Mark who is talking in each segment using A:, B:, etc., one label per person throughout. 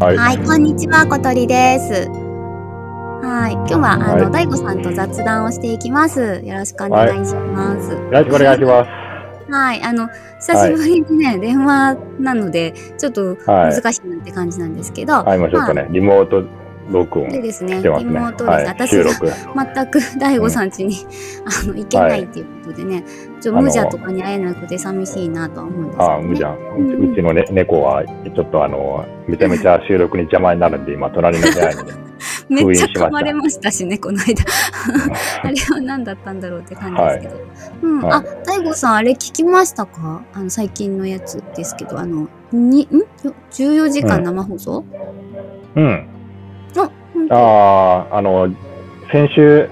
A: はい。
B: はい、こんにちは、小鳥です。はい、今日は、あ
A: は
B: の、
A: い
B: 大悟さんと雑談をしていきます。よろしくお願いします。
A: よろしくお願いします。
B: はい、あの、久しぶりにね、電話なので、ちょっと
A: はい。
B: 難しいなって感じなんですけど、
A: はい、もうちょっとね、リモート録音
B: で
A: し
B: ですね、
A: て
B: リモ
A: ますね。
B: ートです。
A: はい。
B: 私
A: 収
B: が
A: 録。
B: 全く大悟さん家に、あの行けないっていうことでね、ちょっと無邪とかに会えなくて寂しいなとは思うんですけど、ね。
A: ああ、むじゃん。
B: うんうん
A: うちのね猫は、ちょっとあの、めちゃめちゃ収録に邪魔になるんで、今、隣の部 屋に。
B: めっち
A: 封印し
B: ゃ
A: ました
B: 噛まれましたしね、この間。あれは何だったんだろうって感じですけど。うん、
A: はい
B: あ、大悟さん、あれ聞きましたかあの、最近のやつですけど、あの、に、んよ ?14 時間生放送、
A: うん。
B: あ、ほんと
A: ああ、あの、先週、
B: うん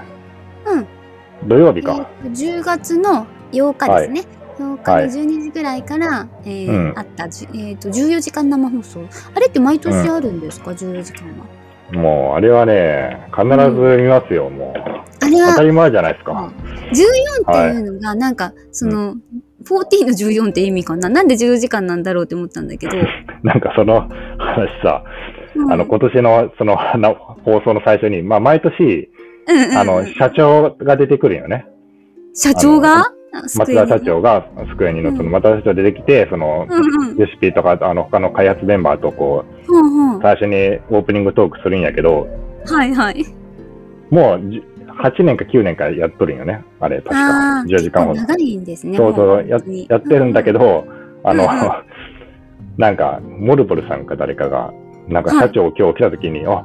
A: 土曜
B: え
A: 日
B: ー
A: か。
B: と10月の8日ですね。
A: は
B: 8
A: い
B: 日の12時ぐらいから、えー
A: うん
B: あったじ、えー、と14時間生放送あれって毎年あるんですか、14時間は
A: もう、あれはね、必ず見ますよ、もう。
B: あれ
A: 当
B: は
A: たり前じゃないです
B: う
A: か
B: ん。っていうのが、なんか、その、14の14って意味かな。なんで14時間なんだろうって思ったんだけど。
A: なんかその話さ、
B: うん
A: あの、今年のその、あの放送の最初に、まあ、毎年、
B: うんうんうん
A: あの、社長が出てくるよね。
B: 社長が
A: 松田社。
B: あ
A: 長が、机にのその、
B: うん
A: 松田社長出てきて、その、
B: 机にうんうん。
A: レシピとか、あの、他の開発メンバーとこう、
B: ほうほう
A: 最初にオープニングトークするんやけど、
B: はいはい。
A: もうじ、8年か9年かやっとるんよね。あれ、確
B: あ
A: か。
B: ー
A: 10時間ほど。
B: 長いんですね。
A: そう
B: も
A: そう、や
B: 本当に
A: やってるんだけ。ど、あの、
B: うんう
A: なんか、モルボルさんか誰かが、なんか社長、今日来た時に、あ、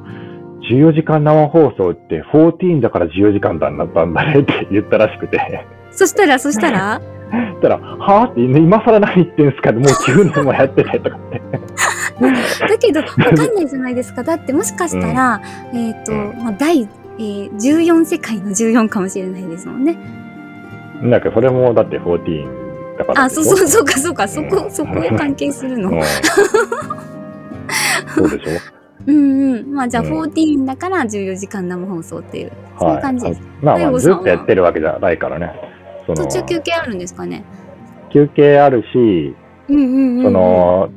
A: 14時間生放送って14だから14時間だなったんだねって 言ったらしくて、
B: そしたら、そしたら、
A: そしたら、はぁって、今更何言ってんすかもう9年もやってないと かって。
B: だけど、わかんないじゃないですか。だって、もしかしたら、えっと、
A: うん
B: まあ、第、えー14世界の14かもしれないですもんね。
A: なんかそれもだって14だから
B: あ、
A: でしょ。
B: そうそう、そうか、そうか、そこ
A: う、ん
B: そこを関係するの
A: う。ん。そうでし
B: うんうん。まあじゃあ
A: うん
B: 14だから14時間生放送っていう。
A: ょ
B: そういう感じです。
A: まあま
B: 大
A: あ、
B: 悟
A: ず
B: さんは
A: っとやってるわけじゃないからね。その
B: 途中休憩あるんですかね。
A: 休憩あるし、
B: うんうんうん。
A: そ、の、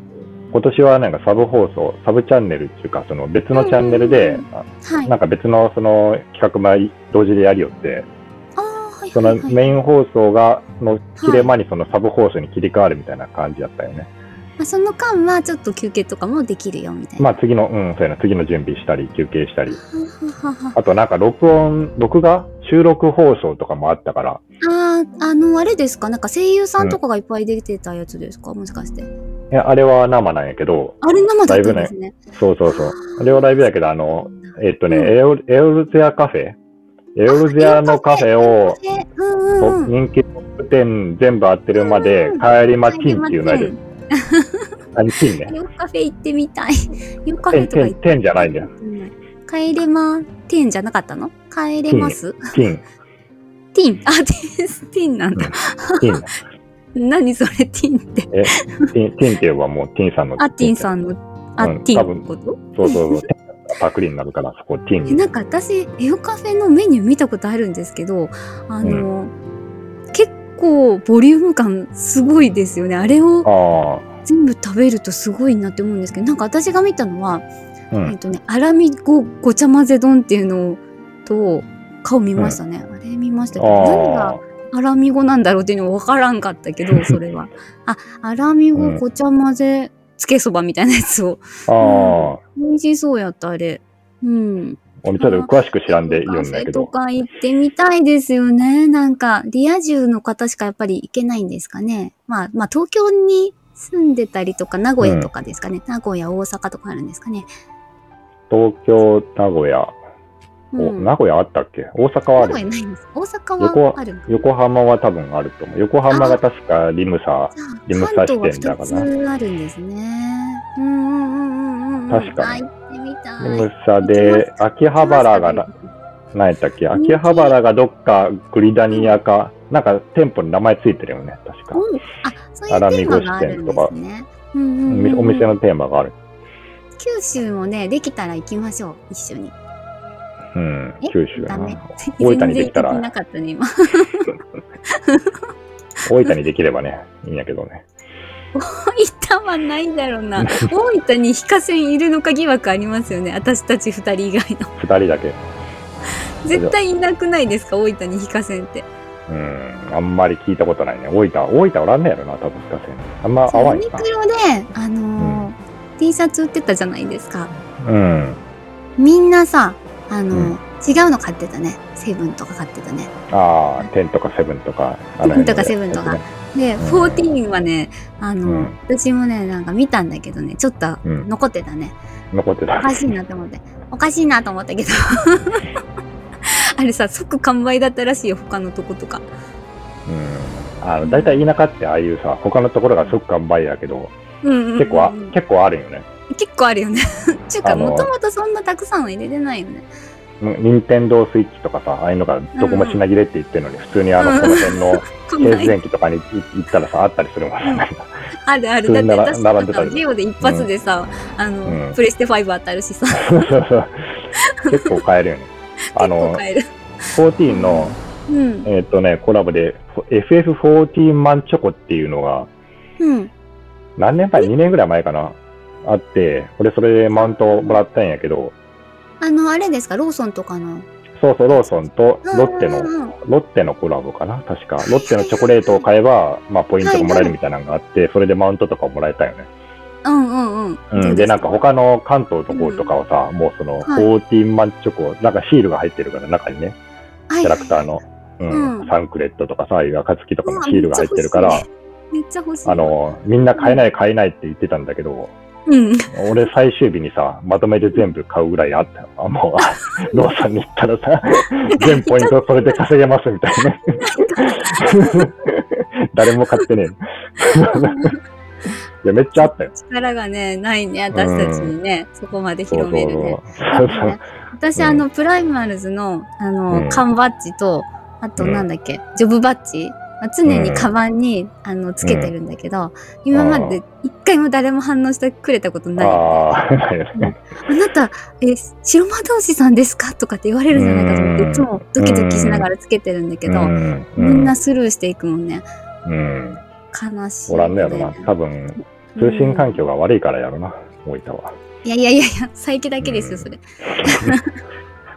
A: 今年はなんかサブ放送、サブチャンネルっていうか、その別のチャンネルで、
B: うんう
A: あ
B: はい。
A: なんか別のその企画も同時でやりよって、
B: ああ、はい
A: そ
B: は
A: の
B: い、はい。
A: メイン放送が、の切れ間にそのサブ放送に切り替わるみたいな感じだったよね。
B: まあ、その間はちょっと休憩とかもできるよみたい
A: ま
B: な。
A: あ次の、うん、そうやな、次の準備したり、休憩したり。
B: はははは
A: あとなんか録音、録画収録放送とかもあったから、
B: ああ、あの、あれですかなんか声優さんとかがいっぱい出てたやつですかもしかして。
A: いやあれは生なんやけど、
B: あれ生だったんですね。
A: そうそうそう。あれはライブやけど、あの、えっとね、
B: うん
A: エオルエオルゼアカフェエオルゼアのカフェを、
B: え、うん
A: と
B: うんうん。
A: 人気トップ10全部合ってるまで
B: うん
A: 帰りまちんっていうのや
B: 帰り
A: る
B: ま。
A: あれチンね。
B: ヨーカフェ行ってみたい。 ヨーカフ
A: テ
B: ェ
A: ン、
B: とか
A: テ
B: 行
A: ン、
B: って
A: テンじゃないんだよ。
B: みたい。帰れま、テンじゃなかったの帰れます
A: ティン、
B: ティン、あ、ティン、ティンなんだ。
A: ティン。
B: 何それ、ティンって。
A: え、ティン、ティンって言えばもうティンさんの。
B: あ、ティンさんの、あ、
A: うん
B: ティ
A: 多
B: ン
A: 分
B: のこと
A: そうそうそう。ティンだったらパクリになるから、そこティ
B: え
A: ン。
B: なんか私、エオカフェのメニュー見たことあるんですけど、あの、結構ボリューム感すごいですよね。あれを
A: あ
B: 全部食べるとすごいなって思うんですけど、なんか私が見たのは、
A: あ、う
B: えっ
A: ん。
B: とね、アラミごごちゃ混ぜ丼っていうのと、顔見ましたね。あれ見ましたけど、何が
A: ああ、
B: アラミ語なんだろうっていうのは分からんかった けど、それは。あ、アラミ
A: う
B: 語
A: ん
B: ごちゃ混ぜつけそばみたいなやつを。
A: ああ。
B: 美味しそうやった、あれ。うん。
A: 俺ちょっと詳しく知らんでいる
B: カ
A: ん
B: フ
A: だけ
B: ェと
A: ど。
B: か行ってみたいですよね。なんか、リア充の方しかやっぱり行けないんですかね。まあ、まあ、東京に住んでたりとか、名古屋とかですかね。名古屋、大阪とかあるんですかね。
A: 東京、名古屋。
B: う
A: お
B: ん、
A: 名古屋あったっけ大阪はあ
B: 名古
A: る。
B: 屋ないんです。大阪
A: 横
B: は
A: は
B: あるのか
A: 横浜は多分あると思う。横浜が確かリムサ
B: じゃあ
A: リム
B: 関
A: サ
B: 東
A: 支
B: は
A: 店だ
B: 2
A: かな
B: つあるんですね。うんうんうんうんうん。
A: 確かに
B: あ行ってみた
A: リ
B: い。
A: ムサで、秋葉原がな、何やったっけ秋葉原がどっかグリダニアか、なんか店舗に名前ついてるよね、確か。
B: うんあ、そういうテーマがあるんですね。うん
A: お
B: うんうん
A: 店
B: うん
A: お店のテーマがある。
B: 九州もね、できたら行きましょう、一緒に。
A: うん
B: え、
A: 九州
B: ダ
A: や
B: メ
A: な。。大分にできたら
B: 全然行けなか ったね、今。
A: 大分にできればね、いいんやけどね。
B: 大分はないだろう な。大分に非河川いるのか疑惑ありますよね。私たち二人以 外の。
A: 二人だけ。
B: 絶対いなくないですか大分に非河川って。
A: うん、あんまり聞いたことないね。大分、大分おらんねやろな、多分深瀬に。あんま
B: そうユ
A: 淡い
B: ニ
A: な
B: ク。ロで、あのー T シャツ売ってたじゃないですか。
A: うん。
B: みんなさ、あの
A: うん
B: ー違うの買ってたね。セブンとか買ってたね。
A: ああ、10とか7とか、あの辺の
B: 10とか7とか
A: や
B: で、
A: ん
B: 14はね、あのー
A: うん
B: 私もね、なんか見たんだけどね、ちょっと
A: うん
B: 残ってたね。
A: つね残ってた。
B: おかしいなと思って。おかしいなと思ったけど。 あれさ、即完売だったらしいよ、他のとことか。
A: うん。あの、大体田舎ってああいうさ、他のところが即完売やけど、
B: うんうんうんうん、
A: 結構あ、結構あるよね。
B: 結構あるよね。 っていうか、
A: あの
B: もともとそんなたくさんは入れてないよね。
A: 任天堂スイッチとかさ、ああいうのがどこも品切れって言ってるのに、普通にあの、
B: うん
A: この 辺の
B: こんな
A: 経電機とかにい行ったらさ、あったりす るもんね。なんか
B: あるあ
A: 普
B: る。
A: 通
B: だっ
A: に
B: て
A: 並
B: 私
A: 並ん
B: と
A: でた
B: か
A: り
B: ゲオで一発でさ、あの、
A: うん
B: プレステ5当たるしさ、結
A: 結構買えるよね。あ
B: 構
A: の、
B: 買える。
A: 14の、
B: うん。
A: えっ、とね、コラボで、FF14 万チョコっていうのが、
B: うん。
A: 何年前 ?2 年ぐらい前かなあって、俺それでマウントもらったんやけど、
B: あの、あれですか、ローソンとかの。
A: そうそう、ローソンとロッテ
B: う
A: の、
B: んうんうん
A: ロッテのコラボかな確か。ロッテのチョコレートを買えば、まあ、ポイントがもらえるみたいなのがあって、それでマウントとかもらえたよね。
B: うんうん
A: う。
B: うんん。
A: で、なんか他の関東の方とかはさ、もうその、
B: はい
A: 14万チョコ、なんかシールが入ってるから、中にね、
B: キ
A: キャラクターの、うん、
B: うん
A: サンクレットとかさ、ああいう暁とかのシールが入ってるから、
B: めっちゃ欲しい。
A: あ、の、みんな買えない買えないって言ってたんだけど、
B: うん。
A: 俺最終日にさ、まとめて全部買うぐらいあったよ。あ、もう、 ローソンに行ったらさ、全ポイントそれで稼げますみたいな。 誰も買ってねえ。 いや、めっちゃあったよ。
B: 力がね、ないね、私たちにね、そこまで
A: そう
B: 広
A: そう
B: め
A: そう
B: るね。。
A: そうそう
B: 私、
A: うん
B: あの、プライマルズの、あの、
A: うん
B: 缶バッジと、あと、
A: うん
B: なんだっけ、ジョブバッジ。まあ常にカバンに、あの、つけてるんだけど、今まで一回も誰も反応してくれたことない。あ
A: ああ、ないよね。
B: なた、え、白魔道士さんですかとかって言われるんじゃないかと思っ
A: うん
B: て、いつもドキドキしながらつけてるんだけど、
A: うん
B: みんな、スルーしていくもんね。
A: うん。
B: 悲しい、
A: おらんのやろな。多分、通信環境が悪いからやろな、大分は。
B: いやいやいやいや、佐伯だけですよ、それ。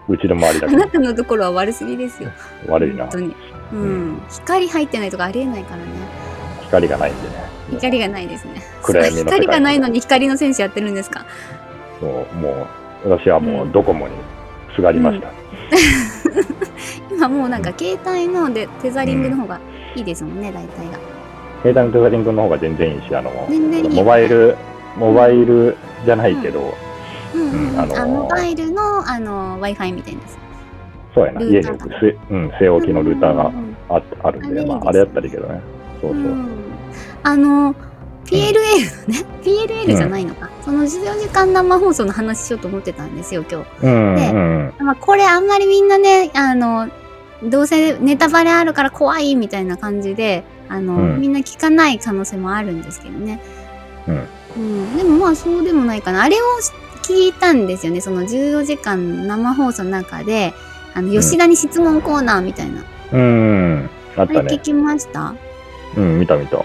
A: うちの周りだ
B: あ
A: け
B: なたのところは悪すぎですよ。
A: 悪いな
B: 本。当に。
A: う
B: う
A: ん
B: ん。光入ってないとかありえないからね。
A: 光がないんでね。
B: 光がないですね。
A: 暗闇の世界
B: 光がないのに光の戦士やってるんですか。
A: もう、もう、私はもうドコモにすがりました。
B: 今もうなんか携帯のでテザリングの方がいいですもんね、大体が。
A: 携帯のテザリングの方が全然いいし、あの、
B: 全然いい
A: モバイル、モバイルじゃないけど、
B: うんうん、うん
A: あのー
B: あモバイルのあの Wi-Fi みたいなやつ。
A: そうやな、
B: ル
A: 家
B: ー
A: に
B: ター
A: 置く、せうん、据え置きのルーターが
B: うん
A: ああるんで、
B: あれいいです
A: まあ、あれやったらいいけどね。そううそう。
B: んうんあの PLL のね、PLL じゃないのか。その14時間生放送の話しようと思ってたんですよ、今日。
A: うん、
B: ね
A: うん、
B: まあ、これあんまりみんなね、あの、どうせネタバレあるから怖いみたいな感じで、あの、
A: うん
B: みんな聞かない可能性もあるんですけどね。
A: うん
B: うんでもまあそうでもないかな。あれを聞いたんですよね。その14時間生放送の中で、あの、
A: ん
B: 吉田に質問コーナーみたいな。
A: うん。あっ
B: あれ
A: た
B: 聞
A: ね。
B: きました
A: うん、見た見た。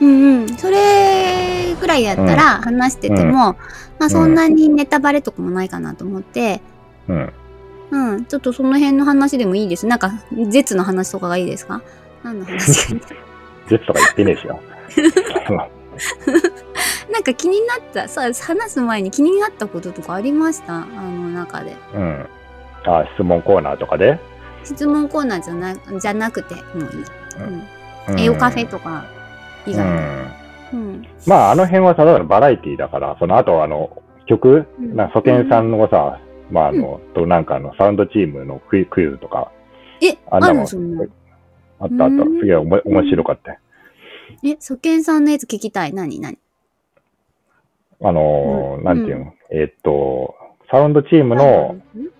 B: うんうん。それぐらいやったら話してても、
A: うん
B: まあそんなにネタバレとかもないかなと思って、
A: うん。
B: うん、ちょっとその辺の話でもいいです。なんか、絶の話とかがいいですか何 の話か
A: ジェットとか言ってねえしな。
B: なんか気になった、さ、話す前に気になったこととかありましたあの中で。
A: うん。あ、質問コーナーとかで。
B: 質問コーナーじゃな、じゃなくて、もういい。
A: うん
B: うん。英語カフェとか、以
A: う
B: 外で。
A: ん。
B: うん。
A: まあ、あの辺はただのバラエティーだから、その後あの、曲、
B: うん
A: な、ソケンさんのさ、まああの、となんかあの、サウンドチームのクイクイズとか、
B: え、
A: あ
B: あ
A: んなもん
B: るそんな。
A: あったあった
B: うん。
A: すげえおも面白かったよ。
B: え、初見さんのやつ聞きたい。何何
A: あのー
B: うん
A: なんていうの、えーっと、サウンドチームの、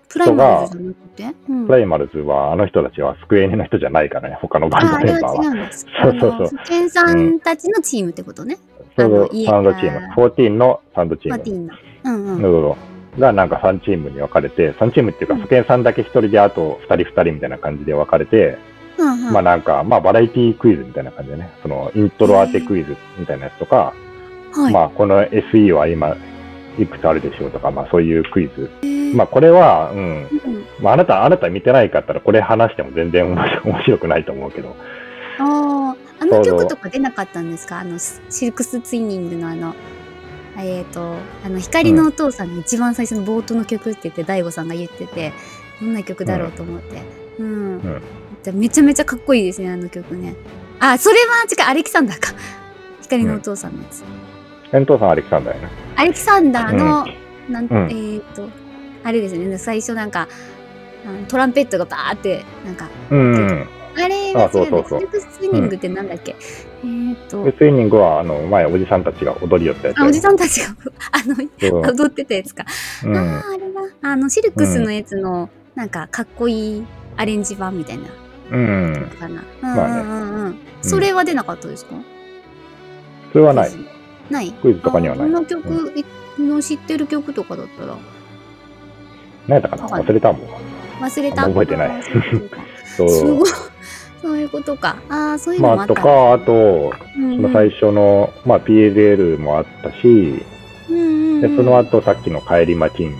B: プライマルズじゃなくてうん
A: プライマルズは、あの人たちはスクエニの人じゃないからね、他のバン
B: あ、
A: ド
B: あ
A: メ
B: れ
A: ンバー
B: は違
A: は。
B: うんです。
A: そうそうそう
B: あの初見さんたちのチームってことね。
A: ちょう
B: あのい
A: ど
B: い
A: サウンドチーム、
B: あ
A: 14のサウンドチー
B: マ
A: ム。
B: ーティンの。うんうん
A: な。るほど。が、なんか3チームに分かれて、3チームっていう
B: う
A: か、
B: ん
A: スケンさんだけ1人で、あと2人2人みたいな感じで分かれて、
B: うんうん
A: まあなんか、まあバラエティクイズみたいな感じでね、そのイントロ当てクイズみたいなやつとか、
B: はい。
A: まあ、この SE は今、いくつあるでしょうとか、まあ、そういうクイズ。
B: えー
A: まあ、これは、うん。
B: うん
A: まあ、あなた、あなた見てないかったら、これ話しても全然面白 面白くないと思うけど。
B: あーあ
A: そ
B: の
A: う
B: 曲とか出なかったんですかあのシシルクスツイニングのあのえっ、とあの光のお父さんの一番最初の冒頭の曲って言って大悟さんが言っててどんな曲だろうと思ってうん、
A: ん
B: でめちゃめちゃかっこいいですねあの曲ねあそれは違うアレキサンダーか光のお父さんのやつ、
A: 遠藤さん、アレキサンダーやな。
B: アレキサンダーの、な
A: う
B: ん
A: ん
B: えーっ、とあれですね最初なんかあのトランペットがバーってなんか
A: うん。
B: あれが違
A: あそうそう
B: う
A: そう
B: ステップスイミングってなんだっけ、えーっ、と
A: で、スイニングは、あの、前、おじさんたちが踊りよったやつ。
B: あおじさんたちが あの
A: そう
B: 踊ってたやつか、
A: う
B: あ
A: ん。
B: ああれだあのシルクスのやつの、なんかかっこいいアレンジ版みたいな
A: うん。
B: かな、
A: あね
B: うんうんうんうん、それは出なかったですか、
A: それはない
B: クイ。ズない
A: クイズとかにはない。
B: あこ
A: 何
B: の曲の知ってる曲とかだったら
A: やったかな
B: わかんない
A: 忘れたもん。
B: 忘れた
A: あんま覚えてない
B: あーそういうことか
A: そう
B: すごい。そういうことか。ああ、そういうのも
A: ま
B: あ
A: あ、
B: った
A: と
B: ね。
A: か、あと、
B: うんうん、
A: その最初の、まあ、PLL もあったし、
B: うんうんうん、
A: で、その後、さっきの帰りマティン。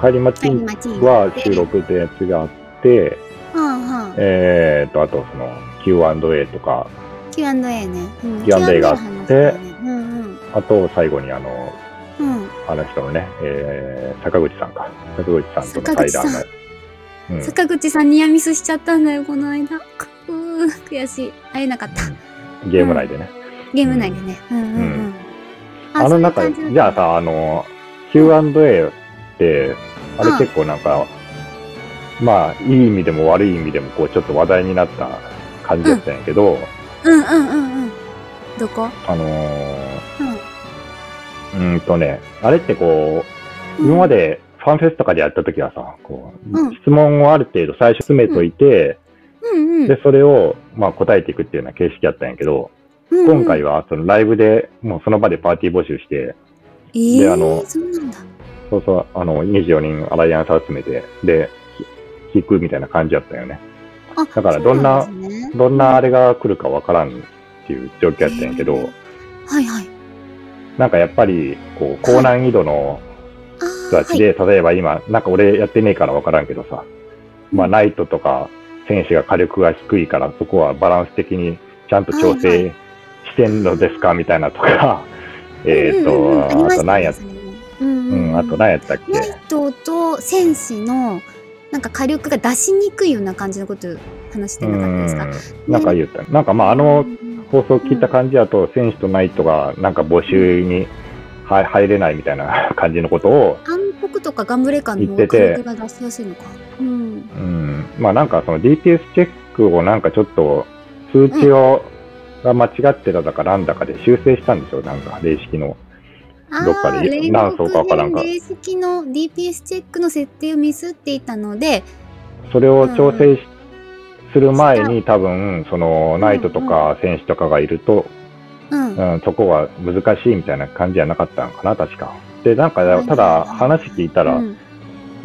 A: 帰りマテ
B: タイ
A: ィ
B: ム
A: ン
B: マシーン
A: は収録ってやつがあって、
B: はあは
A: えーと、あと、その、Q&A とか、
B: あ、Q&A ね。うん、
A: Q&A があって
B: 話したねうんうん
A: あと、最後にあの、
B: うん、
A: あの人のね、えー、坂口さんか。坂口さんとの
B: 坂
A: 対
B: 口さん
A: 談が。うん
B: 坂口さんニアミスしちゃったんだよ、この間。くうー悔しい。会えなかった。
A: うんゲーム内でね。
B: ゲーム内でね。うんうん
A: う
B: うん。
A: あの中、
B: そういう感
A: じゃあさ、あの、Q&A って、あれ
B: うん
A: 結構なんか、まあ、いい意味でも悪い意味でも、こう、ちょっと話題になった感じだったんやけど、
B: じなんだうんうんうんうん。どこ
A: あのー
B: うん。
A: うーんとね、あれってこう、今までファンフェスとかでやった時はさ、こう、
B: うん
A: 質問をある程度最初詰めといて、
B: うんうん、
A: で、それを、まあ、答えていくっていうような形式だったんやけど、今回
B: は、
A: は、そのライブで、もうその場でパーティー募集して、
B: えー、
A: であの
B: そうなんだ。
A: そうそう、あの、24人アライアンス集めて、で、き聞くみたいな感じだったよね。
B: あ
A: だからどんな
B: そうなんですね
A: どんなあれが来るかわからんっていう状況やったんやけ
B: へ
A: ど
B: ー、はいはい。
A: なんかやっぱり、こう、高難易度の
B: あ
A: 人た
B: ー
A: ちで、例えば今、なんか俺やってねえからわからんけどさ、まあ、ナイトとか選手が火力が低いから、そこはバランス的にちゃんと調
B: はいは
A: 整してんのですかみたいなと か、えっ
B: うんうんうん
A: と、
B: ありま
A: あと
B: したね
A: 何や、
B: それもうん
A: う
B: うんうん
A: ん、あと何やったっ
B: ナイ
A: け
B: トと戦士のなんか火力が出しにくいような感じのこと話して
A: う
B: なかったですか、
A: ん、なんか言った。なんかまあ、あの放送聞いた感じだと、選手とナイトがなんか募集には入れないみたいな 感じのことを、
B: 暗黒とかガンブレーカー
A: 言
B: の
A: って
B: 火
A: て
B: 力が出しやすいのか。うん。
A: うん、まあなんかその DPS チェックをなんかちょっと数値を、が間違ってただかなんだかで修正したんですよ、なんか、霊式の。
B: あ
A: どっか
B: あ、
A: で
B: 煉
A: 何層かわからん
B: 獄
A: か
B: 編霊式の DPS チェックの設定をミスっていたので、
A: それを調整しする前
B: し
A: に多分、その、ナイトとか選手とかがいると、
B: うん。
A: うん、そこは難しいみたいな感じじゃなかったのかな、確か。で、なん
B: はい
A: か、
B: はい
A: ただ話聞いたら
B: う、ん、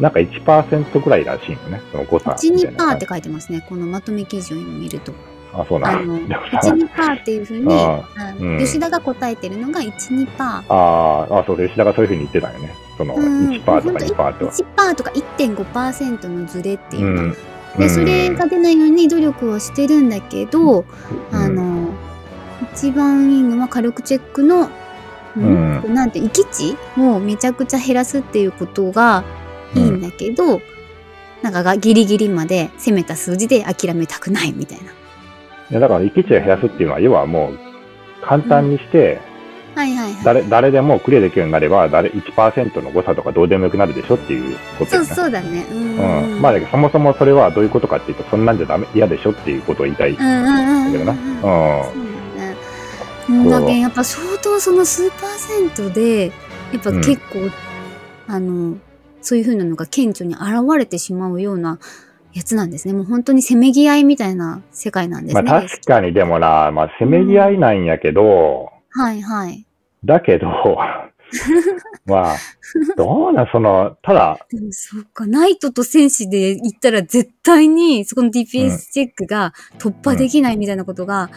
A: なんか1%ぐらいらしいのね、その誤差
B: 1、
A: みたいな
B: 2%
A: 感
B: っ
A: じ。
B: て書いてますね。このまとめ記事を今見ると。
A: あ、そうな
B: あ
A: ん
B: の、
A: で
B: 1
A: もさ、、
B: 2%っていうふうに、
A: あ
B: あ
A: うん
B: 吉田が答えてるのが1、2%。
A: あーあ、そうです。吉田がそういうふうに言ってたよね。その、
B: うん
A: 1%とか2%とか。
B: 1%とか1.5%のズレっていうのが
A: ん
B: でそれが出ないように努力はしてるんだけど、あの一番いいのは火力チェックの、うん
A: う
B: なんて行き地をめちゃくちゃ減らすっていうことがいいんだけど、なんかがギリギリまで攻めた数字で諦めたくないみたいな。
A: いやだから、行き地を減らすっていうのは、要はもう、簡単にして、
B: はいはいはい。
A: 誰、誰でもクリアできるようになれば、誰、1%の誤差とかどうでもよくなるでしょっていうこと
B: そ
A: よ
B: う
A: ね。う
B: そうだね。うんうん
A: ん。まあ、だけどそもそもそれはどういうことかっていうと、そんなんじゃダメ、嫌でしょっていうことを言いたい。
B: うんうんうんうんう
A: だ
B: ん
A: けどな。うん。
B: そうだね。だけどやっぱ相当その数パーセントでやっぱ結構、あのそういう風なのが顕著に現れてしまうようなやつなんですね。もう本当にせめぎ合いみたいな世界なんです
A: ま
B: ね。
A: あ、確かにでもな、まあ、せめぎ合いなんやけど、
B: はいはい。
A: だけど、 まあ、どうなん、その、ただ、
B: でもそうか、ナイトと戦士で行ったら絶対にそこの DPS チェックが突破できないみたいなことが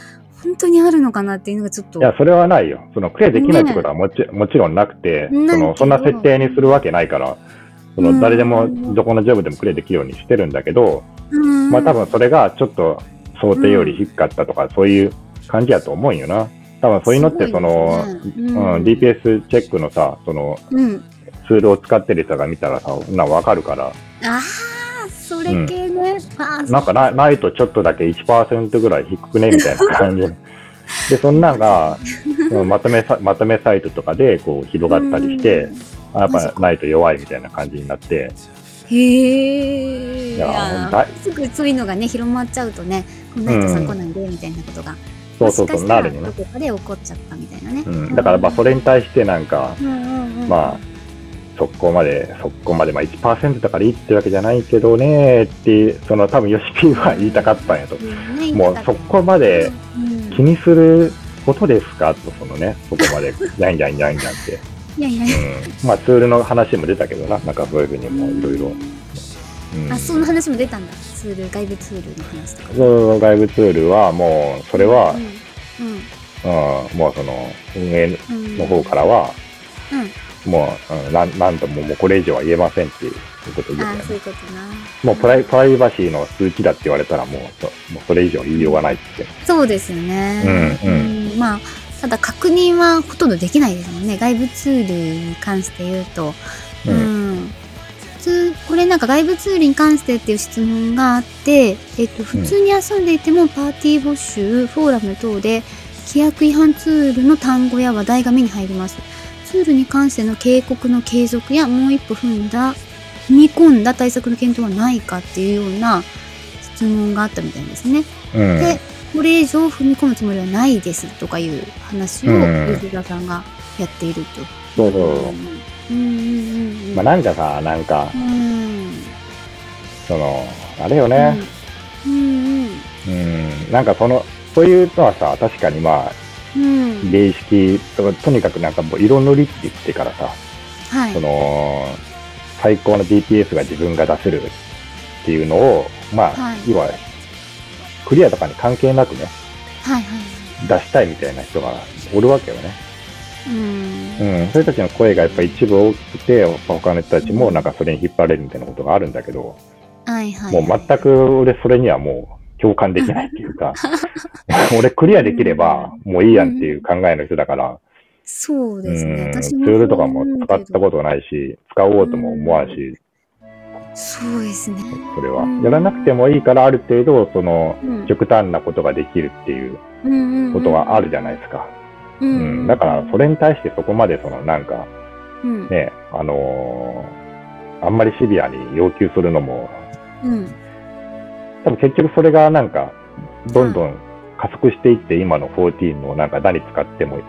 B: 本当にあるのかなっていうのがちょっと
A: い。や、それはないよ。その、クリアできないってことはもち,、もちろんなくて、そ
B: ないけ
A: の
B: ど
A: そんな設定にするわけないから、そ
B: うん
A: の誰でも、どこのジョブでもクリアできるようにしてるんだけど、
B: うん
A: まあ多分それがちょっと想定より低かったとか、そういう感じやと思うんよな。多分そういうのって、その、
B: すごいです
A: う
B: ね
A: ん
B: うん
A: DPS チェックのさ、その
B: うん。
A: ツールを使ってる人が見たらさ、そんなんわかるから、
B: ああ、それ系ね。ああ、
A: なんかなないとちょっとだけ1%ぐらい低くねみたいな感 じでそんなんがそのまとめさまとめサイトとかでこう広がったりして
B: うん。
A: あやっ
B: マジ
A: ぱ
B: か
A: ないと弱いみたいな感じになって
B: へえ。
A: いや
B: あー
A: だい
B: すぐそういうのがね、広まっちゃうとね、こんな人さ
A: うんん
B: 来ないでみたいなことが。
A: そうそうそう
B: もしかした
A: な
B: ら
A: るよ
B: ど
A: ね、
B: こかで起こっちゃったみたいなね。
A: うん、だからまあそれに対してなんか
B: うんうんうん、
A: まあ速攻まで速攻まで、まあ、1%だからいいってわけじゃないけどねってその多分ヨシピーは言いたかったんやと
B: うん
A: もうそこまで、
B: うん
A: 気にすることですかとそのねそこまで じゃんじゃんじゃんじゃんって
B: いやいやいや
A: うんまあツールの話も出たけどな、なんかそういうふうにもいろいろ。うん
B: あそんな話も出たんだツール外部ツールの話とか
A: そう外部ツールはもう、それは
B: う、ん
A: うん、もうその運営
B: うんうん
A: の方からは、
B: うん
A: もう、うん、なんなんとももうこれ以上は言えませんっていうことですよ
B: あ
A: ね
B: そういうことな
A: もうプライプライバシーの数値だって言われたらもうそもうそれ以上言いようがないって。
B: そうですよね
A: うん
B: うんまあただ確認はほとんどできないですもんね外部ツールに関して言うと
A: うん
B: うん普通これなんか外部ツールに関してっていう質問があって、えっと、普通に休んでいてもパーティー募集、フォーラム等で規約違反ツールの単語や話題が目に入りますツールに関しての警告の継続やもう一歩踏んだ踏み込んだ対策の検討はないかっていうような質問があったみたいですね。
A: うん
B: でこれ以上踏み込むつもりはないですとかいう話を
A: うん
B: ユーザーさんがやっていると。
A: そうそう。
B: うんうんうんうん。
A: まあなんかさ、なんか
B: う、ん。
A: その、あれよね。
B: うん
A: うん、なんかその、そういうのはさ、確かにまあ、
B: うんうん。
A: 霊式ととにかくなんかもう色塗りって言ってからさ、
B: はい。
A: その、最高の DPS が自分が出せるっていうのを、まあ、
B: はい
A: 要は、クリアとかに関係なくね、
B: はいはい。
A: 出したいみたいな人がおるわけよね。
B: うん。
A: うん、そういう人たちの声がやっぱ一部大きくて、やっぱ他の人たちもなんかそれに引っ張られるみたいなことがあるんだけど、
B: はいはい。
A: もう全く俺それにはもう共感できないっていう か、俺クリアできればもういいやんっていう考えの人だから、
B: そう
A: う
B: ですね。
A: んツ
B: 私も
A: ールとかも使った
B: と。
A: ことがないし、使おうとも思わんし、
B: そうですね。
A: それは
B: うん。
A: やらなくてもいいからある程度、その、
B: うん
A: 極端なことができるっていうことがあるじゃないですか。
B: う
A: うん
B: うんうん。
A: ん。だから、それに対してそこまで、その、なんか、
B: うん。
A: ね、あのーあんまりシビアに要求するのも、
B: うん。
A: 多分結局それがなんか、どんどん加速していって、今の14のなんか何使っても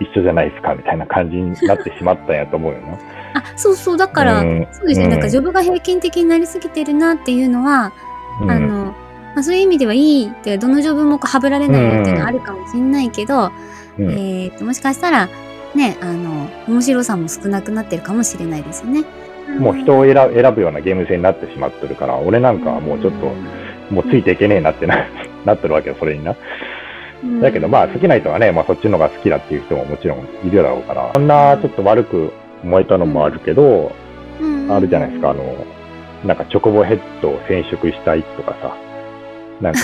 A: 一緒じゃないですか、みたいな感じになってしまったんやと思うよな。
B: あ、そうそう。だから、
A: うん
B: そうですね。
A: うん
B: なんか、ジョブが平均的になりすぎてるなっていうのは、
A: うん
B: あの、まあ、そういう意味ではいいって、どのジョブもこうはぶられないよっていうのはあるかもしれないけど、
A: うん
B: えーと、もしかしたら、ね、あの、面白さも少なくなってるかもしれないですよね。
A: もう人を選ぶ選ぶようなゲーム性になってしまってるから、俺なんかはもうちょっと、もうついていけねえなってな なってるわけよ、それにな。
B: うん
A: だけど、まあ、好きな人はね、まあ、そっちの方が好きだっていう人ももちろんいるだろうから、そんなちょっと悪く燃えたのもあるけど、あるじゃないですか、あ。の、なんかチョコボヘッドを染色したいとかさ、なん か、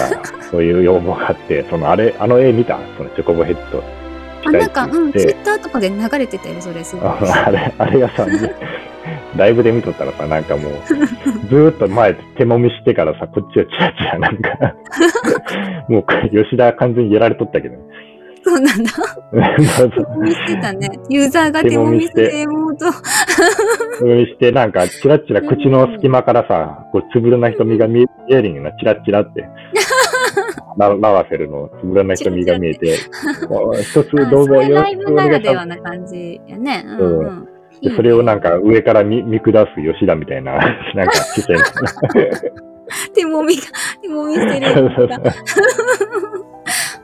A: そういう要望があって、そのあれ、あの絵見たそのチョコボヘッド
B: あ、
A: したい
B: な
A: っ
B: んか、
A: て
B: う
A: 言
B: ん、
A: っ
B: ツイ
A: て、
B: ッターとかで流れてたよ、それ、すごい。
A: あ のあれ、あれがさ、ライブで見とったらさ、なん かもう、ずーっと前、手もみしてからさ、こっちをチラチラなんか、 もうこれ吉田完全にやられとったけどね。
B: そうなんだ。
A: そう
B: 手
A: そう
B: もみしてたね。ユーザーが手もみして、も うと。
A: 手もみして、なんか、チラチラ口の隙間からさ、こう、つぶらな瞳が見えるような、チラチラ って。ララワセルのつぶらな瞳が見えて、こう一つ
B: あ
A: どうぞ
B: それ
A: よろ
B: ラ
A: し
B: イ
A: く
B: ブ
A: お
B: な
A: 願い
B: ら
A: し
B: で
A: ま
B: は
A: す。
B: な感じやね。うん
A: そう
B: うん。いい
A: で
B: ね
A: それをなんか上から見見下す吉田みたいな、なんか視 線。
B: 手もみが、手もみしてるやつが。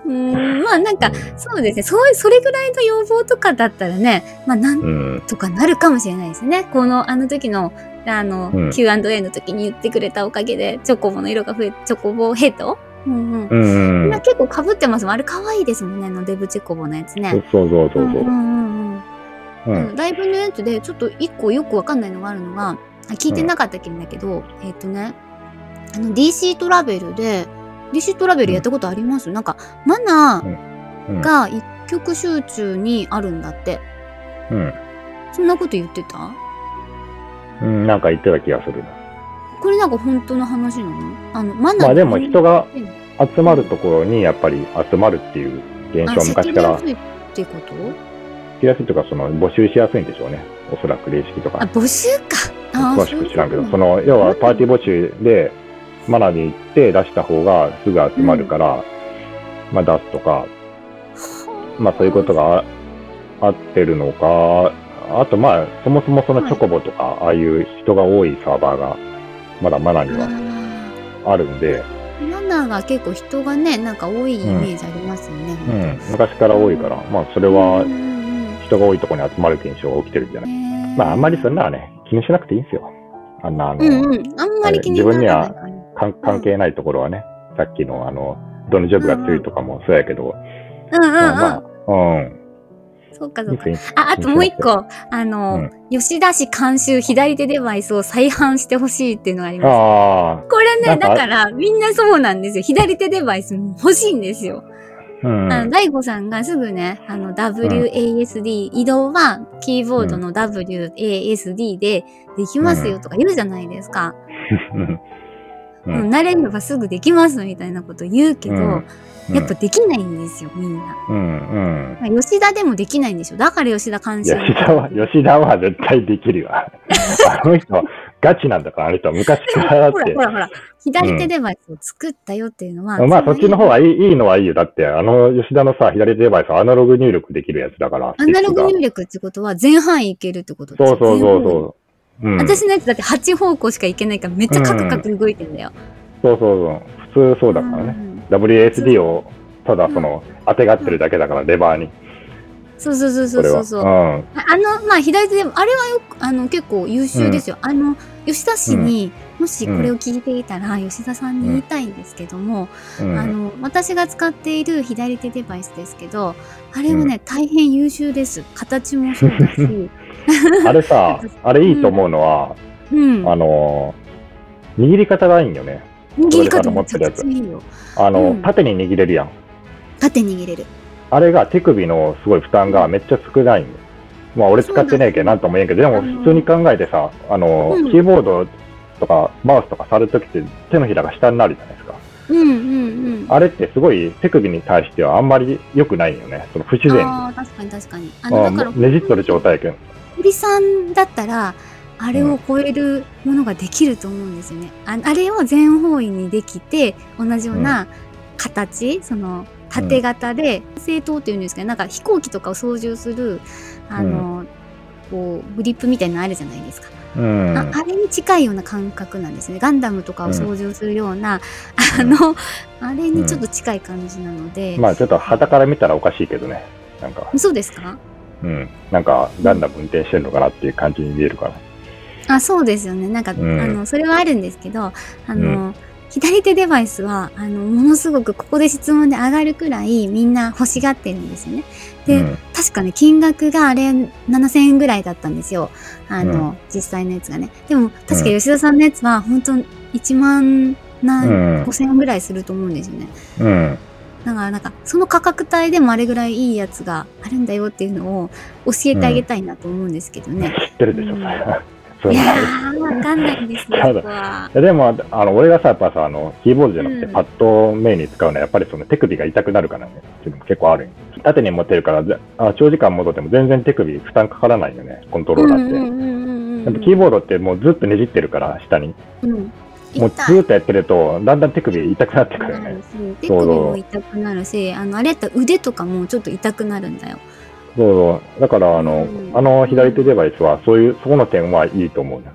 B: うーん、まあなんか、そうですね。そう、それぐらいの要望とかだったらね、まあな ん
A: うん。
B: とかなるかもしれないですね。この、あの時の、あの、
A: うん
B: Q&A の時に言ってくれたおかげで、チョコボの色が増え、チョコボヘッドうんうん。
A: うん、うん
B: 今。結構かぶってますもん。あれ可愛いですもんね、あのデブチコボのやつね。
A: そうそうそう
B: うん
A: そうう。
B: んうんうん。
A: う
B: あの
A: ん。
B: ライブのやつでちょっと一個よくわかんないのがあるのがあ聞いてなかったっけんだけど、えっ、とねあの DC トラベルで DC トラベルやったことあります、なんかマナ
A: う
B: ー
A: ん。
B: が一曲集中にあるんだって
A: うん
B: そんなこと言ってた
A: うん。なんか言ってた気がするな。
B: これなんか本当の話なのあのマナー
A: まあでも人が集まるところにやっぱり集まるっていう現
B: あ
A: 象は昔から
B: 叫びやすいってこと
A: 来やすいとかその募集しやすいんでしょうねおそらく霊式と
B: あ
A: か
B: 募集かあー
A: 詳しく知らんけど
B: そ
A: そ
B: ういうこ
A: の要はパーティー募集でマナに行って出した方がすぐ集まるから、まあ出すとか
B: とはあ
A: まあそういうことがあ合ってるのかあとまあそもそもそのチョコボとか、ああいう人が多いサーバーがまだマナに
B: あ
A: は
B: ー
A: あるんで、
B: マナーが結構人がねなんか多いイメージありますよね、
A: う
B: 本
A: ん、昔から多いからまあそれ
B: 当
A: は
B: うんうんうん
A: 人が多いところに集まる現象が起きてるんじゃない
B: ねえ
A: まあ、あんまりそんなはね、気にしなくていいんですよ。あんな、あの、
B: うんうんあんまり気にしなかったね
A: かん関係ないところはね、さっきの、あの、どのジョブが強いとかもそうやけど、
B: うんうんうん、
A: まあまあ、うん。
B: そうかそうか
A: 別に
B: ああともう一個あの、吉田氏監修左手デバイスを再販してほしいっていうのがあります
A: ああ、
B: これ
A: な
B: ね
A: んか
B: だからみんなそうなんですよ左手デバイス欲しいんですよ、
A: うん。
B: あの大悟さんがすぐねあの WASD、移動はキーボードの WASD でできますよとか言うじゃないですか、
A: う
B: うんん、慣れればすぐできますみたいなこと言うけど、
A: うん
B: やっぱ、できないんですよみんな、
A: うん、うん。
B: まあ吉田でもできないんでしょだから吉田監修
A: 吉田は、吉田は絶対できる わ。あの人、ガチなんだから、あの人、昔からだっ
B: ほら
A: て
B: ほ。らほら左手デバイスを作ったよっていうのは、
A: まあ、そっちの方
B: が
A: がいいいいのはいいよ。だって、あの、吉田のさ、左手デバイス、アナログ入力できるやつだから。
B: アナログ
A: スティッ
B: 入力ってことは全範囲いけるってこと
A: クがそうそうそう
B: 全方位
A: そう。うん、
B: 私のやつだって8方向しかいけないからめっちゃカクカク動いてんだよ、
A: そうそうそう。普通そうだからね。
B: ね
A: WASD をただその、当てがってるだけだから、レバーに。
B: そうそうそうそ
A: そうれ
B: そ
A: は。
B: うそうああのまあ左手でもあれはよくあの結構優秀ですよ、あの吉田氏に、もしこれを聞いていたら吉田さんに言いたいんですけども、
A: うん。
B: あ
A: うん
B: の私が使っている左手デバイスですけどあれはね、大変優秀です形もそうだ し、
A: あれさ、 あれいいと思うのは、
B: うん、
A: あ
B: 握
A: のー、握り方がいいんよね。
B: り方もめちゃくちゃいいよ
A: あの、
B: うん
A: 縦に握れるやん。
B: 縦握れる
A: あれが手首のすごい負担がめっちゃ少ないんよ。まあ、俺使ってねえけど、なんとも言えんけど、でも
B: あの
A: 普通に考えてさ、あのー、
B: うん
A: キーボードとかマウスとか触るときって手のひらが下になるじゃないですか。
B: うんうんうん
A: あれってすごい手首に対してはあんまり良くないんよね。その不自然に。
B: あー確かに確かにあの
A: あ
B: だから
A: ねじっとる状態やけん。
B: 堀さんだったらあれを超えるものができると思うんですよね。ああれを全方位にできて同じような形、その縦型で正当っていうんですけどなんか飛行機とかを操縦するあの、こうグリップみたいなのあるじゃないですか、
A: うん。
B: ああれに近いような感覚なんですねガンダムとかを操縦するような、
A: うん
B: あのあれにちょっと近い感じなので、
A: まあちょっと旗から見たらおかしいけどね。なんか、
B: そうですか
A: うん。なんか、ガンダム運転してるのかなっていう感じに見えるから。
B: あそうですよねなんか、
A: うん
B: あのそれはあるんですけどあの、左手デバイスはあのものすごくここで質問で上がるくらいみんな欲しがってるんですよね。
A: う
B: で、
A: ん、
B: 確かね金額があれ7000円ぐらいだったんですよあの、実際のやつがね。でも確か吉田さんのやつは本当1万
A: うん
B: 何5000円ぐらいすると思うんですよね。
A: うん。
B: だからなんかその価格帯でもあれぐらいいいやつがあるんだよっていうのを教えてあげたいなと思うんですけどね。
A: 知ってるでしょ、
B: うん
A: それ。そう
B: い
A: な
B: や
A: んです
B: ー、わかんないんですよ、
A: ただ
B: そこは。
A: いやでも、あの、俺がさ、やっぱさ、あの、キーボードじゃなくて
B: うん
A: パッドをメインに使うのは、やっぱりその手首が痛くなるからね。っていうのも結構あるんよ縦に持ってるから、ぜあ長時間戻っても全然手首負担かからないよね、コントローラーって。やっぱキーボードってもうずっとねじってるから、下に。もうず
B: 痛い
A: ーっとやってると、だんだん手首痛くなってくるよね。
B: 手首も痛くなるし、あのあれやったら腕とかもちょっと痛くなるんだよ。
A: そうそう。だから、あの、
B: うん
A: あの左手デバイスは、そういう、そこの点はいいと思うな。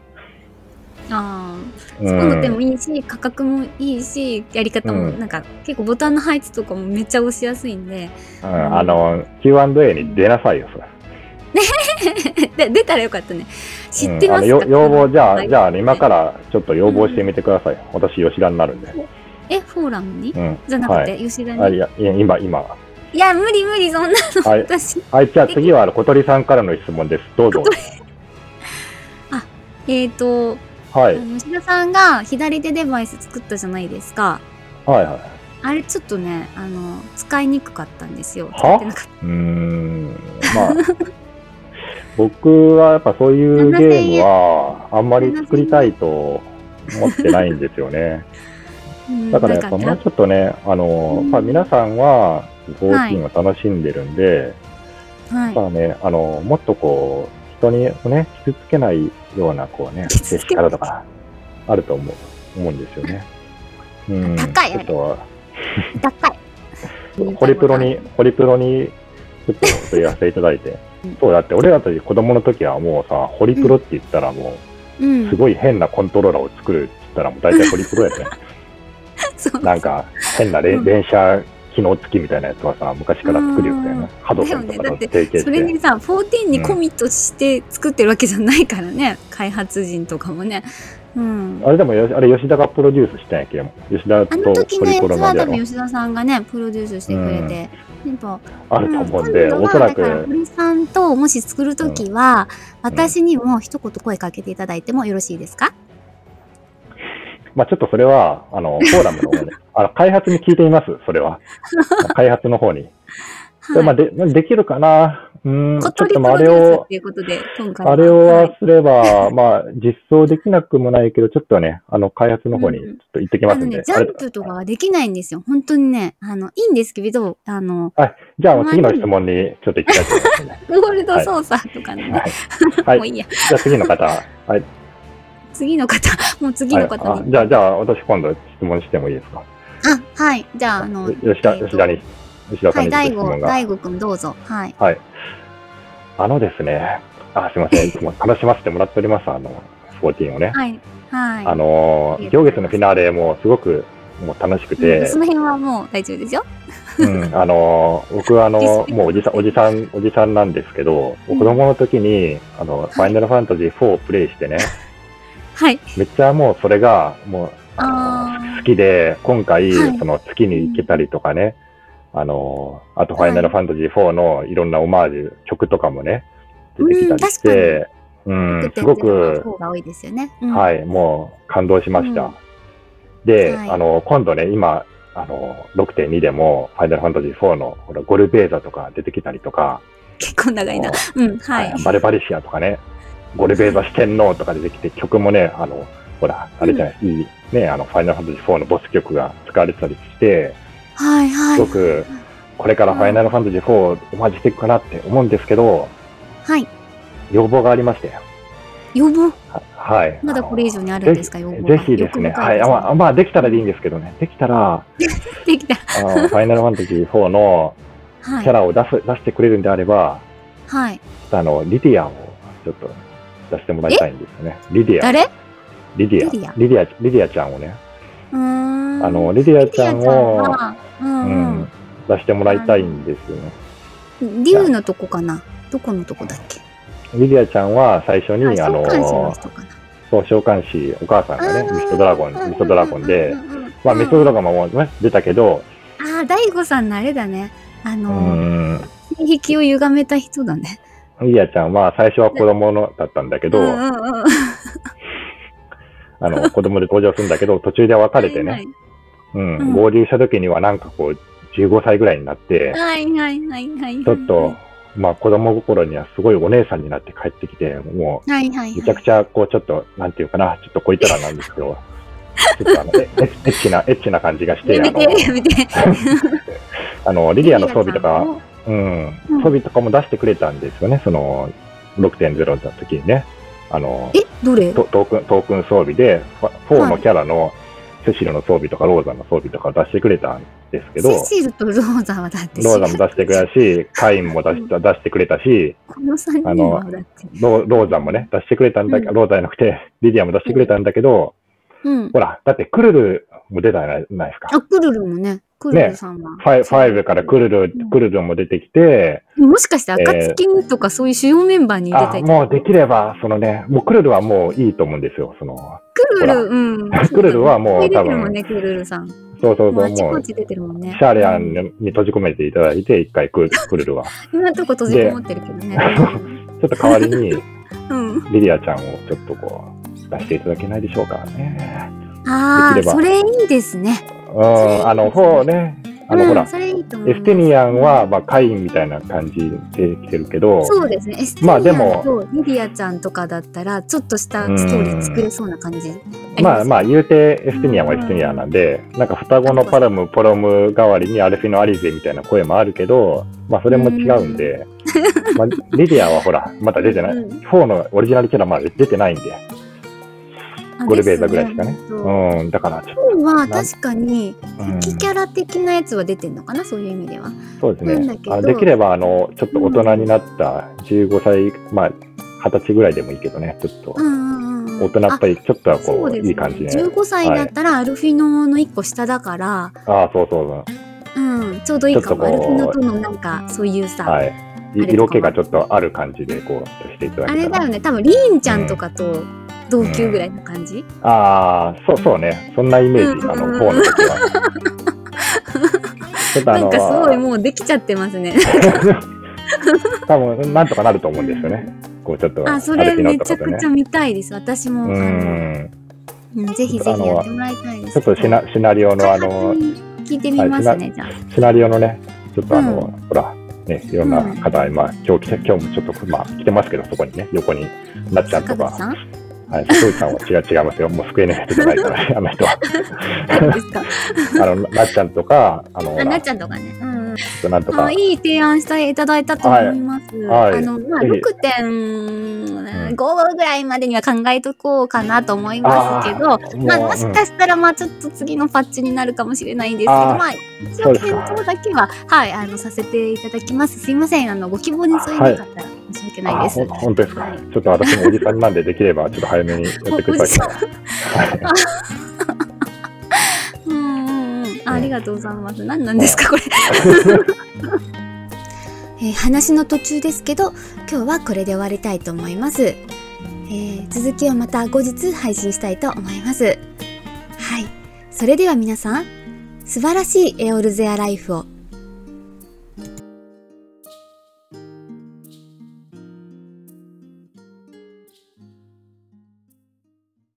B: ああ、
A: うん
B: そこの手もいいし、価格もいいし、やり方も
A: うん
B: なんか、結構ボタンの配置とかもめっちゃ押しやすいん で、
A: うん、あの、Q&A に出なさいよ、それ。
B: で出たらよかったね。知ってますか、
A: うんあのよ要望、じゃ
B: は
A: あ、
B: い
A: じゃあ、今からちょっと要望してみてください。私、吉田になるんで。
B: え、フォーラムに
A: うん。
B: じゃなくて、吉田
A: あ、
B: に。
A: い
B: い
A: や、いや今、今。
B: や、無理無理、そんなの
A: はい
B: 私。
A: はい、じゃあ次は、あの小鳥さんからの質問 です。どうぞ。
B: えっ、と、
A: は
B: あ
A: い。
B: の吉田さんが左手デバイス作ったじゃないですか。
A: はいはい。
B: あれちょっとね、あの、使いにくかったんですよ。
A: は
B: 使ってなかった
A: うーん。まあ、 僕はやっぱそういうゲームは、あんまり作りたいと思ってないんですよね。
B: うん
A: だからやっぱ
B: なん
A: もうちょっとね、あの、
B: うん
A: まあ皆さんは、ゴーティンを楽しんでるんで、
B: はい
A: ま。あね、あの、もっとこう、人にをね、傷つけないような、こうね、
B: 傷つ
A: 接
B: けない
A: し方とか、あると思う、思うんですよね。うん。
B: 高
A: ち
B: いあ
A: ょ
B: れ
A: っと、
B: 高い。
A: ホリプロに、ホリプロに、ちょっとお問い合わせいただいて。そうだって、俺らたち子供の時はもうさ、ホリプロって言ったらも
B: う
A: う、
B: ん、
A: すごい変なコントローラーを作るって言ったらもう大体ホリプロやったよ
B: そう
A: なんか、変なれ
B: うん
A: 連射機能付きみたいなやつはさ、昔から作るよみたい
B: うん
A: な。ハドソンとかと
B: だよねだって
A: 提携し
B: それ
A: て。
B: にさ14にコミットして作ってるわけじゃないからね、開発人とかもね、うん、
A: あれでもよし、あれ吉田がプロデュースしたんやけど、吉田
B: あの
A: と
B: 時
A: ホ
B: の
A: リ
B: やつ
A: プロの
B: は
A: で
B: 多
A: あろ
B: 分吉田さんがねプロデュースしてくれて、やっぱ
A: あると思うんで、
B: 今度
A: お
B: は
A: そら
B: だから
A: く、
B: 堀さんともし作る時は、私にも一言声かけていただいてもよろしいですか、
A: まあちょっとそれは、あ の、フォーラムの方で、あの、開発に聞いてみます、それは。開発の方に。
B: は
A: で
B: い
A: まあ、でできるかなうーん、ちょ
B: 小
A: っと
B: 鳥プ
A: まああ
B: ロデ
A: れ
B: ュースっ
A: を、
B: ていうことで今回
A: あれを
B: はい
A: はすれば、まあ、実装できなくもないけど、ちょっとね、あの、開発の方に
B: う
A: ち
B: んう
A: ょ
B: ん
A: っと行ってき
B: あ
A: ます
B: の
A: んで。
B: ね、ジャンプとかはできないんですよ。本当にね、あの、いいんですけれど、あの、
A: じゃあ、次の質問にちょっと行きたいと思います ね。
B: ゴールド操作とかのね、
A: はい。
B: も
A: は
B: う
A: い。
B: いいや。
A: じゃあ、次の方。はい。
B: 次の方、もう次の方
A: はいあ
B: に。
A: じゃあ、じゃあ、私今度質問してもいいですか
B: あ、はい。じゃあ、あの、
A: 吉田、
B: えーと
A: 吉田に、吉田さ
B: は
A: ん
B: い、
A: にちょっ
B: 大
A: と質問
B: 悟、
A: が。
B: 大悟くんどうぞ。はい。
A: はい。あのですね、あ、すいま せん、いつも楽しませてもらっております、あの、14をね。
B: はい。はい。
A: あの
B: あ
A: ー、
B: りがとう
A: 行
B: ございます
A: 月のフィナーレもすごくもう楽しく
B: うん
A: て
B: そ、の辺はもう大丈夫ですよ。
A: うん、あのー、僕はあの
B: リスペ
A: ー、
B: クト
A: もうおじさん、おじさん、おじさんなんですけど、
B: うん
A: 子供の時に、あの、ファイナルファンタジー4をプレイしてね、
B: はい。
A: めっちゃもうそれが、もう、あのー
B: あ
A: 好きで、今回、
B: はい
A: その月に行けたりとかね、あのー、あとファイナルファンタジー4のいろんなオマージュ、曲とかもね、出てきたりして、う
B: ー
A: ん、すご
B: 6.0
A: く
B: の、方が多いですよね。うん
A: はい、もう感動しました。
B: うん
A: で、
B: はい
A: あの、今度ね、今、あの、6.2でも、ファイナルファンタジー4の、ほら、ゴルベーザとか出てきたりとか、
B: 結構長いな
A: あ。
B: うん、はい。
A: バレバレシアとかね、ゴルベーザ四天王とか出てきて、曲もね、あの、ほら、あれじゃない、いい、ね、あの、ファイナルファンタジー4のボス曲が使われてたりして、
B: はい、は
A: す
B: い
A: ご。く、これからファイナルファンタジー4をお待ちしていくかなって思うんですけど、
B: はい。
A: 要望がありまして、
B: 予防、
A: ははい。
B: まだこれ以上にあるんですか、予防
A: ぜ
B: が。
A: ひですね、
B: 欲
A: は
B: 深
A: い、
B: で
A: あ
B: すね
A: まあ、まあ、できたらでいいんですけどね、できたら、
B: できた。
A: あ のファイナルファンタジー4の
B: は
A: キャ
B: い。
A: ラを出す、出してくれるんであれば、
B: はい。
A: あの、リディアをちょっと出してもらいたいんですよね。リディア、
B: 誰う
A: リディア、
B: リディア
A: リディア、リディアちゃんをね、
B: ーん。
A: あの、リディアちゃんを、
B: う
A: うん
B: ん、
A: 出してもらいたいんですよね。
B: うん。竜のとこかなどこのとこだっけ
A: リディアちゃんは最初
B: あ
A: に、あ
B: 召
A: の
B: 喚、師の人かな
A: そう、召喚師、お母さんがね、
B: あー
A: ミストドラゴン、ミストドラゴンで
B: うん、うんうんうん
A: まあ、ミストドラゴンもね出たけど、
B: ああ、大悟さんのあれだね。あ
A: う
B: の、
A: ん、
B: 性癖を歪めた人だね。
A: リディアちゃんは最初は子供のだったんだけど、
B: うんうんうん
A: あの、子供で登場するんだけど、途中で別れてね
B: は、い
A: うん、
B: うん
A: 合流した時にはなんかこう15歳ぐらいになって、
B: はいはいはいはいはい。
A: ちょっと、まあ子供心にはすごいお姉さんになって帰ってきて、も
B: はいはいは
A: う
B: い。
A: めちゃくちゃこうちょっと、なんていうかな、ちょっとこいたらなんですけど、ちょっとあの、えエッエッチな、エッチな感じがして、
B: や
A: あ
B: め
A: の
B: て、やめて。
A: あの、リ
B: リ
A: リアの装備とか、。うん
B: うん、
A: 装備とかも出してくれたんですよね、その6.0の時にね。あの、
B: え、どれ
A: トトークン、トークン装備で、フォフォーのキャラのセシルの装備とか、ローザの装備とかを出してくれたんですけど、
B: セシルとローザはだって、
A: ローザも出してくれたし、カインも出した出してくれたし、
B: この3人はだって。
A: ロローザもね、出してくれたんだけど、
B: うん
A: ローザじゃなくて、リディアも出してくれたんだけど、
B: うん。
A: ほら、だってクルルも出たじゃないですか。
B: あ、クルルもね。クルルさんは。
A: ファイファイブからクルル
B: うん、
A: クルルも出てきて、
B: もしかして、暁にとかそういう主要メンバーに出
A: あ
B: たりとか
A: もうできれば、そのね、もうクルルはもういいと思うんですよ、その、
B: クルル、うん。
A: クルルはもう多分
B: 出てるもんね、クルルさん。
A: そうそう
B: もう
A: そう、
B: あち
A: も
B: こ
A: う、
B: ち出てるもんね。
A: シャーレアンに閉じ込めていただいて、一回ククルルは。
B: 今んとこ閉じこもってるけどね。
A: ちょっと代わりに、
B: うん。
A: リリアちゃんをちょっとこう、出していただけないでしょうかね。
B: あ
A: で
B: あ、
A: きれば
B: それいいですね。
A: うん、あの、ほうね、あの、
B: うん
A: ほら、
B: それいいと思う
A: エステニアンは、まあ、カインみたいな感じで来てるけど、
B: そうですね。エステニ
A: ま
B: ア
A: あ
B: ン
A: でも
B: とリディアちゃんとかだったら、ちょっとしたストーリー作れそうな感じ。
A: まあま
B: あ
A: あ、言うて、エステニアンはエステニアンなんで、なんか双子のパラム、ポロム代わりにアルフィノ・アリゼみたいな声もあるけど、まあ、それも違うんで、まあ、リディアはほら、まだ出て
B: り
A: な
B: ま
A: い。
B: す
A: フ
B: よね、
A: ォーのオリジナルキャラまだ出てないんで、
B: うん
A: ゴルベーザぐらいしかね。
B: そう
A: うん、だからちょっと、
B: 本は確かに、
A: うん
B: 敵キャラ的なやつは出てんのかな、そういう意味では。
A: そうです
B: なんだ
A: ね
B: け。ど
A: あできれば、あの、ちょっと大人になった15歳、まあ、20歳ぐらいでもいいけどね、ちょっと
B: う、んうんうんうん。
A: 大人っぽい、ちょっとはこ
B: そう
A: う、
B: ですね、
A: いい感じで。
B: 15歳だったらアルフィノの一個下だから、
A: ああ、そうそうそ
B: うん、ちょうどいいかも。ア
A: ちょっ
B: ル
A: と
B: フ
A: こう
B: ィノとのなんか、そういう
A: う。
B: さ、
A: はい。い
B: あれ
A: 色気がちょっとある感じで、こう、していただ
B: あ
A: け
B: れ
A: た
B: だよ
A: ら。
B: ね、多分リーンちゃんとかと同級ぐらいの感じ、
A: ああ、そうそうね。そんなイメージ、
B: うん
A: あの、
B: うんうん
A: フォーの時は。ちょっとあ
B: なん
A: の
B: かすごい、もうできちゃってますね。
A: 多分なんとかなると思うんですよね。こう、ちょっと、
B: あ、そ
A: ア
B: れ
A: ルフィ
B: め
A: ノ
B: ちゃ
A: とかと
B: く
A: ね
B: ちゃ。見たいです。私も、あ
A: う
B: の
A: ん。
B: うん、ぜひぜひやってもらいたいです。
A: ちょっとシナシナリオのあの、
B: 聞いてみますね、じゃあ。
A: シナリオのね、ちょっとあの、
B: う
A: ほら、ね、いろんな方、今、今日来て、今日もちょっと、まあ、来てますけど、そこにね、横に、なっちゃんと
B: 坂
A: か
B: 口、さん
A: はい、瀬戸内さんは違う、違いますよ。もう救えない人じゃないからね、 あの人は。
B: 誰ですか
A: あの、なっちゃんとか、あの、ほ
B: あ、
A: ら
B: なっ
A: ち
B: ちゃんとかね。うんうん
A: ょっとなんと
B: あ
A: か、
B: いい提案していただいたと思います。
A: はいはい
B: あの、まあ、
A: ぜひ
B: 6.5ぐらいまでには考えとこうかなと思いますけど、
A: あー
B: まあ、
A: もう
B: もしかしたら、まあ、ちょっと次のパッチになるかもしれないんですけど、
A: あー
B: まあ、一
A: そう
B: 応
A: です
B: 検
A: か
B: 討だけは、はい、あの、させていただきます。すいません、あの、ご希望に沿えなかったら申し訳ない
A: あ、
B: です。
A: ほん本当です
B: は
A: か
B: い。
A: ちょっと私もおじさんなんで、できれば、ちょっと早めにやってください。はい
B: うんうんうん。あありがとうございます。何なんですか、これ。 えー話の途中ですけど、今日はこれで終わりたいと思います。えー続きをまた後日配信したいと思います。はい。それでは皆さん、素晴らしいエオルゼアライフを